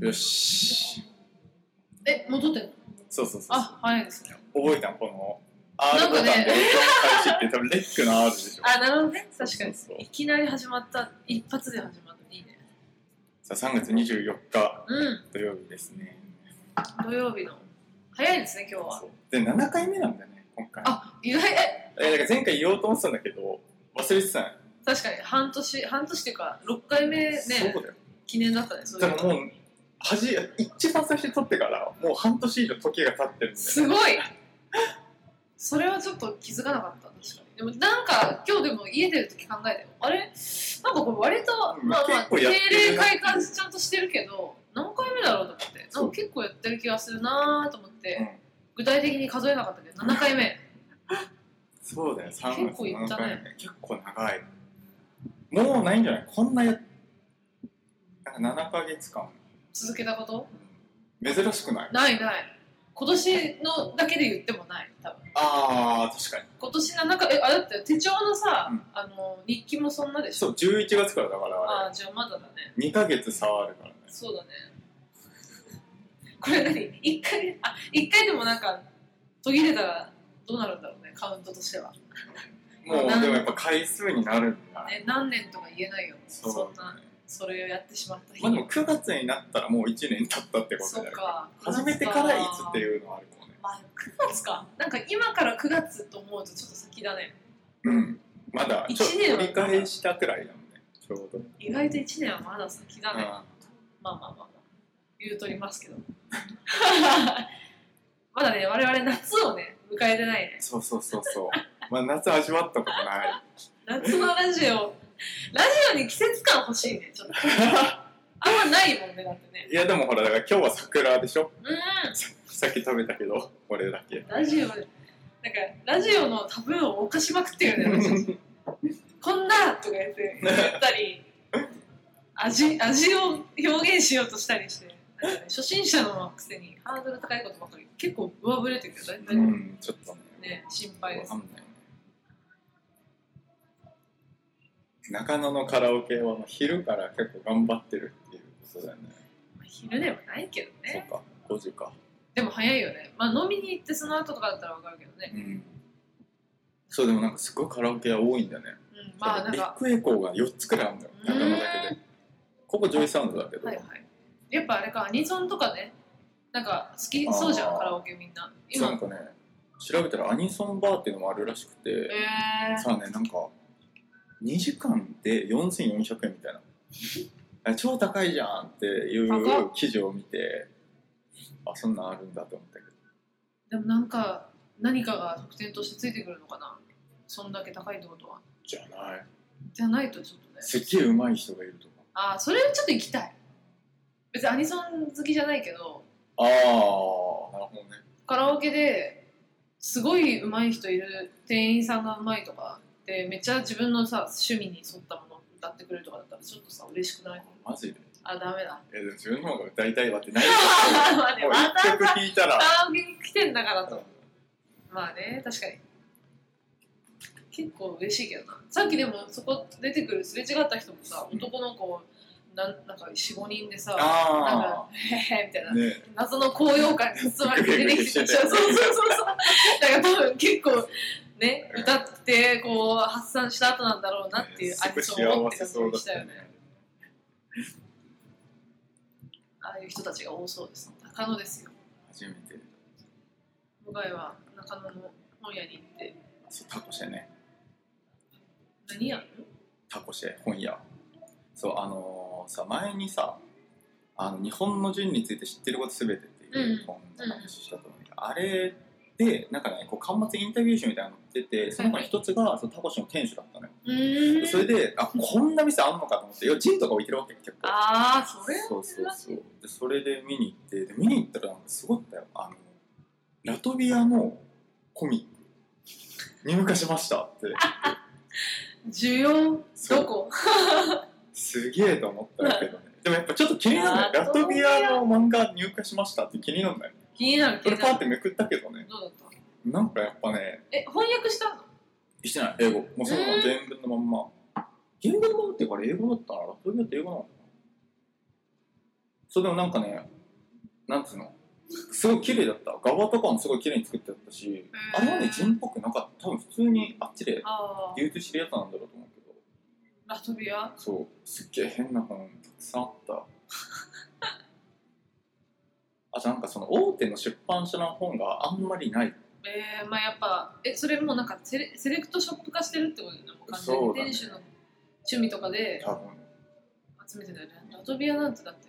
よし。え、戻ってんのそうそうそう。あ、早いですね。覚えたのこの、な R んボかタねンで録音開始って多分レックの R でしょ。あ、なるほどね。確かに。そうそういきなり始まった、一発で始まった。いいね。さあ、3月24日うん。土曜日ですね。土曜日の。早いですね、今日は。そうで、7回目なんだよね、今回。あ、意外、え、え、だから前回言おうと思ってたんだけど、忘れてたね。確かに半年、半年っていうか、6回目ね、そうだよ。記念だったね。そういだうかのらもう、はじ、一番最初に撮ってから、もう半年以上時が経ってるんだすよね。ごいそれはちょっと気づかなかった確かにでもなんか今日でも家出る時考えたよあれなんかこれ割とうんまあまあ結構定やって例るな会館ちゃんとしてるけど何回目だろうと思ってなんか結構やってる気がするなーと思って、うん具体的に数えなかったけど7回目そうだよ、3月結構行っ7たね回目結構長い。もうないんじゃないこんなや、なんか7ヶ月間。続けたこと珍しくないないない今年のだけで言ってもない多分ああ、確かに。今年の中えあだって手帳のさ、うんあの日記もそんなでしそょう、11月からだから、ああーじゃあまだだね2ヶ月差はあるからね。そうだね。これ何一回、あ、一回でもなんか、途切れたらどうなるんだろうね、カウントとしては。もなんう、でもやっぱ回数になるんだ。ね、何年とか言えないよね、そそんうな、それをやってしまった日。まあでも9月になったらもう1年経ったってことそうだよ。か。初めてからいつっていうのはあるかもね。まあ、9月か。なんか今から9月と思うとちょっと先だね。うん。まだ、ちょっと一年は折り返したくらいだもんね。ちょうど。意外と1年はまだ先だね。うんまあまあまあまあ、言うとりますけど。 まだね、我々夏をね、迎えてないね。そうそうそうそう。 まあ夏味わったことない。夏のラジオラジオに季節感欲しいねちょっとあんまないもんねだってねいやでもほらだから今日は桜でしょうんさっき食べたけど俺だけラジオなんかラジオのタブーを犯しまくってるよね私たちこんなとか言って言ったり味味を表現しようとしたりしてなんかね、初心者のくせにハードル高いことばっかり結構上振れてるけど大体うんちょっとねね心配でわすかんない中野のカラオケは昼から結構頑張ってるっていうことだよね昼ではないけどそうねか5時かでも早いよねまあ飲みに行ってその後とかだったら分かるけどねうんそうでもなんかすごいカラオケは多いんだねうんまあなんビかッグエコーが4つくらいあるんだよ中野だけでここジョイサウンドだけど、はいはい。やっぱあれか、アニソンとかね、なんか好きそうじゃあん、ーカラオケみんな。そうな今ん、かね調べたらアニソンバーっていうのもあるらしくて、えー、さあねなんか2時間で4400円みたいなあ超高いじゃんってい高う記事を見てあそんなんあるんだと思ったけどでもなんか、何かが特典としてついてくるのかな、そんだけ高いってことは。じゃないじゃないとちょっとね。すっげえうまい人がいるとかああ、それはちょっと行きたい。別にアニソン好きじゃないけど、ああなるほどねカラオケですごい上手い人いる店員さんが上手いとかでめっちゃ自分のさ趣味に沿ったものを歌ってくれるとかだったらちょっとさ嬉しくないマジであダメだえでも自分の方が歌いたいわってない 待ってもうまた一曲聴いたらカラオケに来てんだからと。まあね、確かに。結構嬉しいけどな。さっきでもそこ出てくるすれ違った人もさ、うん男の子なんなんか4、5人でさ、なんあか、へへへみたいあな、ね謎の高揚感に包まれて出てきてた。 グリグリしてそうたそうそうそう。だから多分結構、ね、歌ってこう発散した後なんだろうなっていうアすニソごいンを持っ幸てせ感じそうがだっしたたよね。ねああいう人たちが多そうです。中野ですよ。初めて僕は中野の本屋に行って、そうタコシェね何やるタコシェ本屋そうあのーさ前にさあの日本の順について知ってることすべてっていう本の話したと思うんだけど、あれでなんかねこう間末インタビュー集みたいなの出てその中の一つがそのタコシェの店主だったのよ、うーんそれであこんな店あんのかと思ってよジンとか置いてるわけ結構ああそれそうそうは珍しそいうでそれで見に行ってで見に行ったらなんかすごかったよあのラトビアのコミック入荷しましたって需要そうどこすげえと思ったけどね。でもやっぱちょっと気になるんだよ。ララトトビビアアの漫画入荷しましたって気になるんだよ。気になる気こにれパなーっるてめくったけどね。どうだったなんかやっぱね、え翻訳したのしてない、英語。もうそのままうん原文のまんま。原文のままっていうから英語だったら、ラトビアって英語なのかなそうでもなんかねなんつうのすごい綺麗だった側とかもすごい綺麗に作ってあったしへーあれはね人っぽくなかった多分普通にあっちでああ流通してるやつなんだろうと思うけどラトビアそうすっげえ変な本たくさんあった あとなんかその大手の出版社の本があんまりないえー、まあやっぱえそれもうなんかセレセレクトショップ化してるってことだよねもう完全そにうだね店主の趣味とかで多分、ね、集めてたよねラトビアなんてだって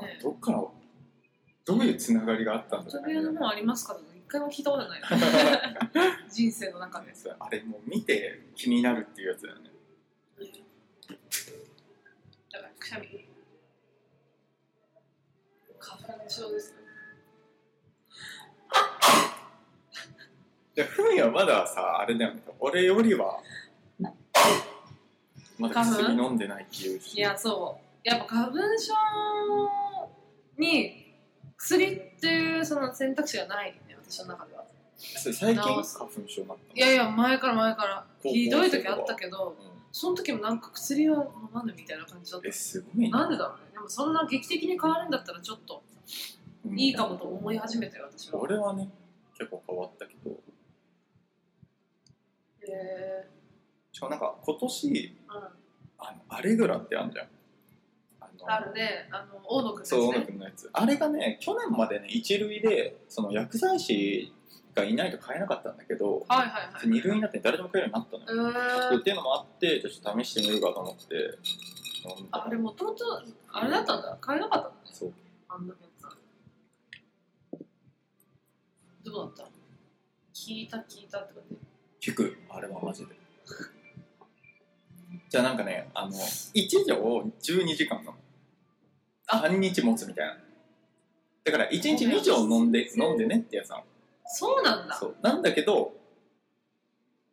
あれどっからどういうつながりがあったんラだトろビアのうねもんありますかとか一回も聞いたこ とない人生の中で、そうあれもう見て気になるっていうやつだよねだからくしゃみ花粉症ですねじゃあふみはまださあれだよね俺よりはまだ薬飲んでない気いうしいやそうやっぱ花粉症に薬っていうその選択肢がないね私の中ではそれ最近花治粉す症になったのいやいや前から前から高校ひどい時あったけどうその時もなんか薬は飲んでみたいな感じだっん、えたすごいねなんでだろうねでもそんな劇的に変わるんだったらちょっとうんいいかもと思い始めたよ私は俺はね結構変わったけどへえしかもなんか今年うあのアレグラってあるじゃんあんのあるねあの大野くんですそう音ね楽のやつあれがね去年までね一類でその薬剤師がいないと買えなかったんだけどはいはいはい二類になって誰でも買えるようになったのようーんっていうのもあってちょっと試してみるかと思って飲んだあれもともとあれだったんだ買えなかったんだねそうあんなやつはどうだった聞いた聞いたってこと聞くあれはマジでじゃあなんかねあの1錠を12時間なのあ半日持つみたいなだから1日2錠飲んで飲んでねってやつなのそうなんだそうなんだけど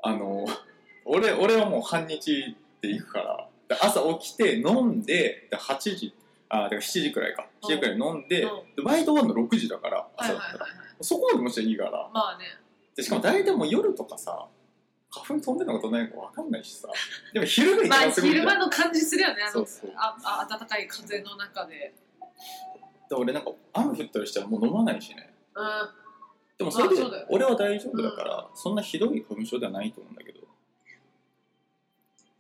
あの 俺俺はもう半日で行くからで朝起きて飲んでで8時あだから7時くらいか7時くらい飲んでうんでバイト終わるの6時だからはい朝はいだっはいたはらいそこまでもちろんいいからまあねでしかも大体もう夜とかさ花粉飛んでるのか飛んでないのか分かんないしさでも昼が一まあ番すごいじゃ昼ん、間の感じするよねあそのうそうああ暖かい風の中でで俺なんか雨降ったりしたらもう飲まないしねうんでもそれでまあそうだよね俺は大丈夫だから、そんなひどい花粉症ではないと思うんだけども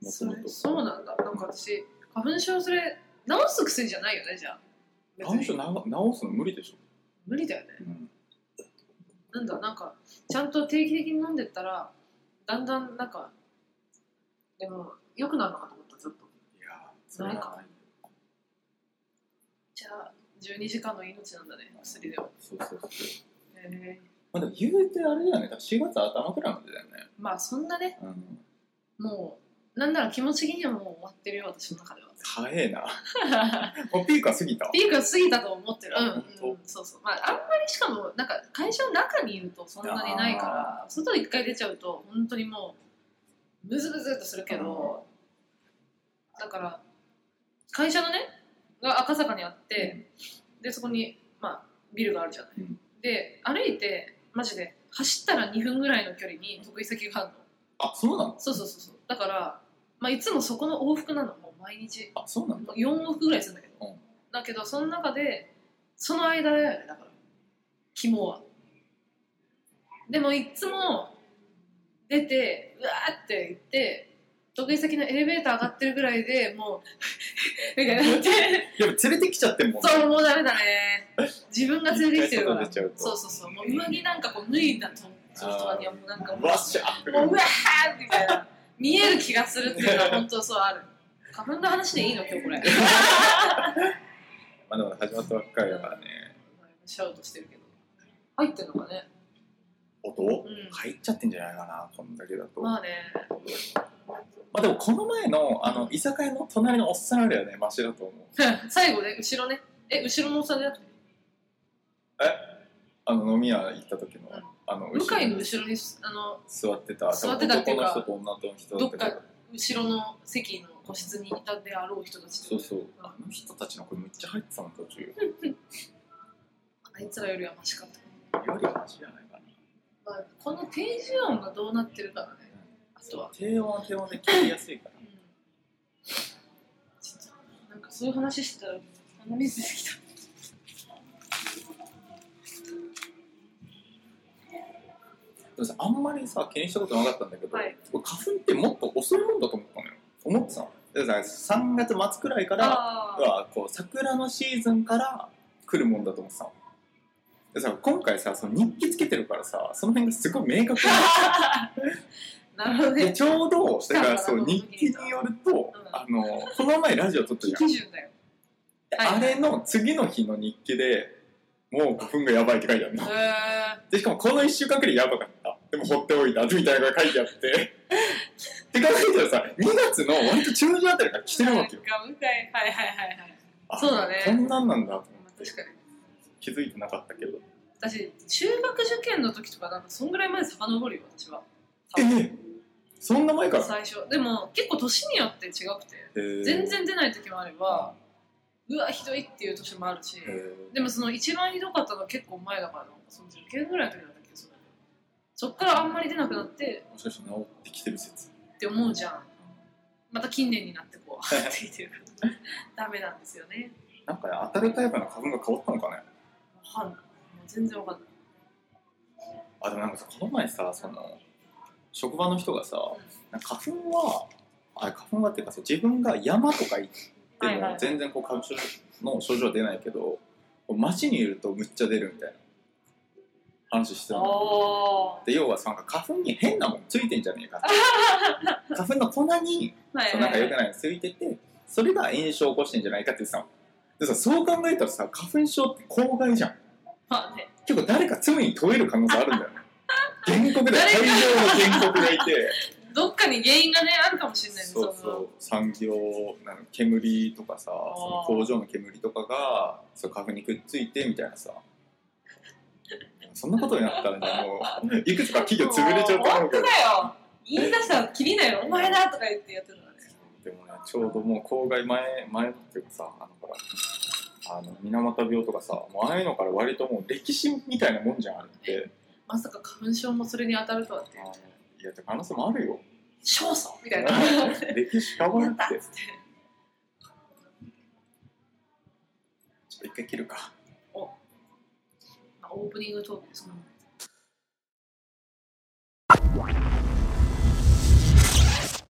とそもれとそうなんだなんか私花粉症それ治す薬じゃないよねじゃあ別花粉に症治すの無理でしょ、無理だよねなんだなんかちゃんと定期的に飲んでったらだんだんなんかでも良くなるのかと思ったちょっといやそれはないじゃあ12時間の命なんだね薬ではそうそうそうへえまあでも言うてあれだよねだから4月頭くらいまでだよね、まあそんなねうん、もうなんなら気持ち的にはもう終わってるよ私の中では早え なもうピークは過ぎたピークは過ぎたと思ってるうん、本当うん、そうそうまああんまりしかもなんか会社の中にいるとそんなにないから外一回出ちゃうと本当にもうムズムズっとするけどだから会社のねが赤坂にあって、でそこにまあビルがあるじゃない、うんで歩いてマジで走ったら2分ぐらいの距離に得意先があるのあそうなのそうそうそうそうだから、まあ、いつもそこの往復なのもう毎日あそうなの4往復ぐらいするんだけど、うんだけどその中でその間だよねだから肝はでもいつも出てうわーって言って得意先のエレベーター上がってるぐらいでもう みたいになってやっぱ連れてきちゃってんもんねそうもうダメだね自分が連れてきてるから一回外出ちゃうとそうそうそうもう上着なんかこう脱いだとその人にはもうなんかもうわっしゃーもううわーみたいな見える気がするっていうのは本当そうある花粉の話でいいの今日これまあでも始まったばっかりだからね。シャウトしてるけど入ってるのかね音うん入っちゃってんじゃないかな、こんだけだと。ままあね あでもこの前の、あの、居酒屋の隣のおっさんあるよね、マシだと思う。最後ね後ろねえ後ろのおっさんじゃなくてあの、飲み屋行った時のうん、あの、向後かろいのに後ろにあの座ってた、座ってたってい男うのか人と女の人どだっっかたけど。後ろの席の個室にいたであろう人たちそうそう。あの人たちの声めっちゃ入ってたの、途中。よあいつらよりはマシかったりはマシじゃないかな。まあ、この定時音がどうなってるからねあとは、低音は低音で聞きやすいからう。ん、ちょっとなんかそういう話してたら鼻水出てきたもさあんまりさ気にしたことなかったんだけど、はいこれ花粉ってもっと遅いもんだと思ったのよ思ってたのだからさ3月末くらいからああはこう桜のシーズンから来るもんだと思ってたのでさ今回さその日記つけてるからさその辺がすごい明確なのなるほど でねちょうど来だたんかだらそうな日記によると、あのこの前ラジオ撮ったじゃん基準だよではいあれの次の日の日記でもう花粉がやばいって書いてあるへのえでしかもこの1週間くらいやばかったでも放っておいたみたいなのが書いてあって って考えたらさ2月の割と中旬あたりから来てるわけよなんか向かいはいはいはいはいそうだねあこんなんなんだと思って確かに気づいてなかったけど私中学受験の時とかなんかそんぐらいまで遡るよ私はええそんな前から最初でも結構年によって違くて全然出ない時もあればうわひどいっていう年もあるしでもその一番ひどかったのは結構前だからなんかその受験ぐらいの時だったっけそれそっからあんまり出なくなってもしかして治ってきてる説って思うじゃんまた近年になってこう ってきてるからダメなんですよねなんかね当たるタイプの花粉が変わったのかねわかんないもう全然わかんないあでもなんかさこの前さその職場の人がさなんか花粉はあ花粉はっていうかさ自分が山とか行ってはいはいもはい全然こう花粉症の症状は出ないけど、こう街にいるとむっちゃ出るみたいな話してたのおで要はさなんか花粉に変なもんついてんじゃねえか って花粉の粉にーはいそうはなんいか良くないのついててそれが炎症を起こしてんじゃないかって言ってたのでさそう考えたらさ花粉症って公害じゃんまあね結構誰か罪に問える可能性あるんだ よね原告だよ大量の原告がいてどっかに原因がねあるかもしれないね そうそそのう産業なんか煙とかさその工場の煙とかがそう花粉にくっついてみたいなさそんなことになったらねもういくつか企業潰れちゃうと思本うけ当どだよ言い出したらきりないよお前だとか言ってやってるのねでもね、ちょうどもう公害前、前っていうかさ、あのほら、あの、水俣病とかさ、もうああいうのから割ともう歴史みたいなもんじゃん、あれって。まさか花粉症もそれに当たるとはってあのいや、って可能性もあるよ。勝訴み たいなやっ歴史変わるった。ってつってちょっと一回切るか。まあオープニングトークですか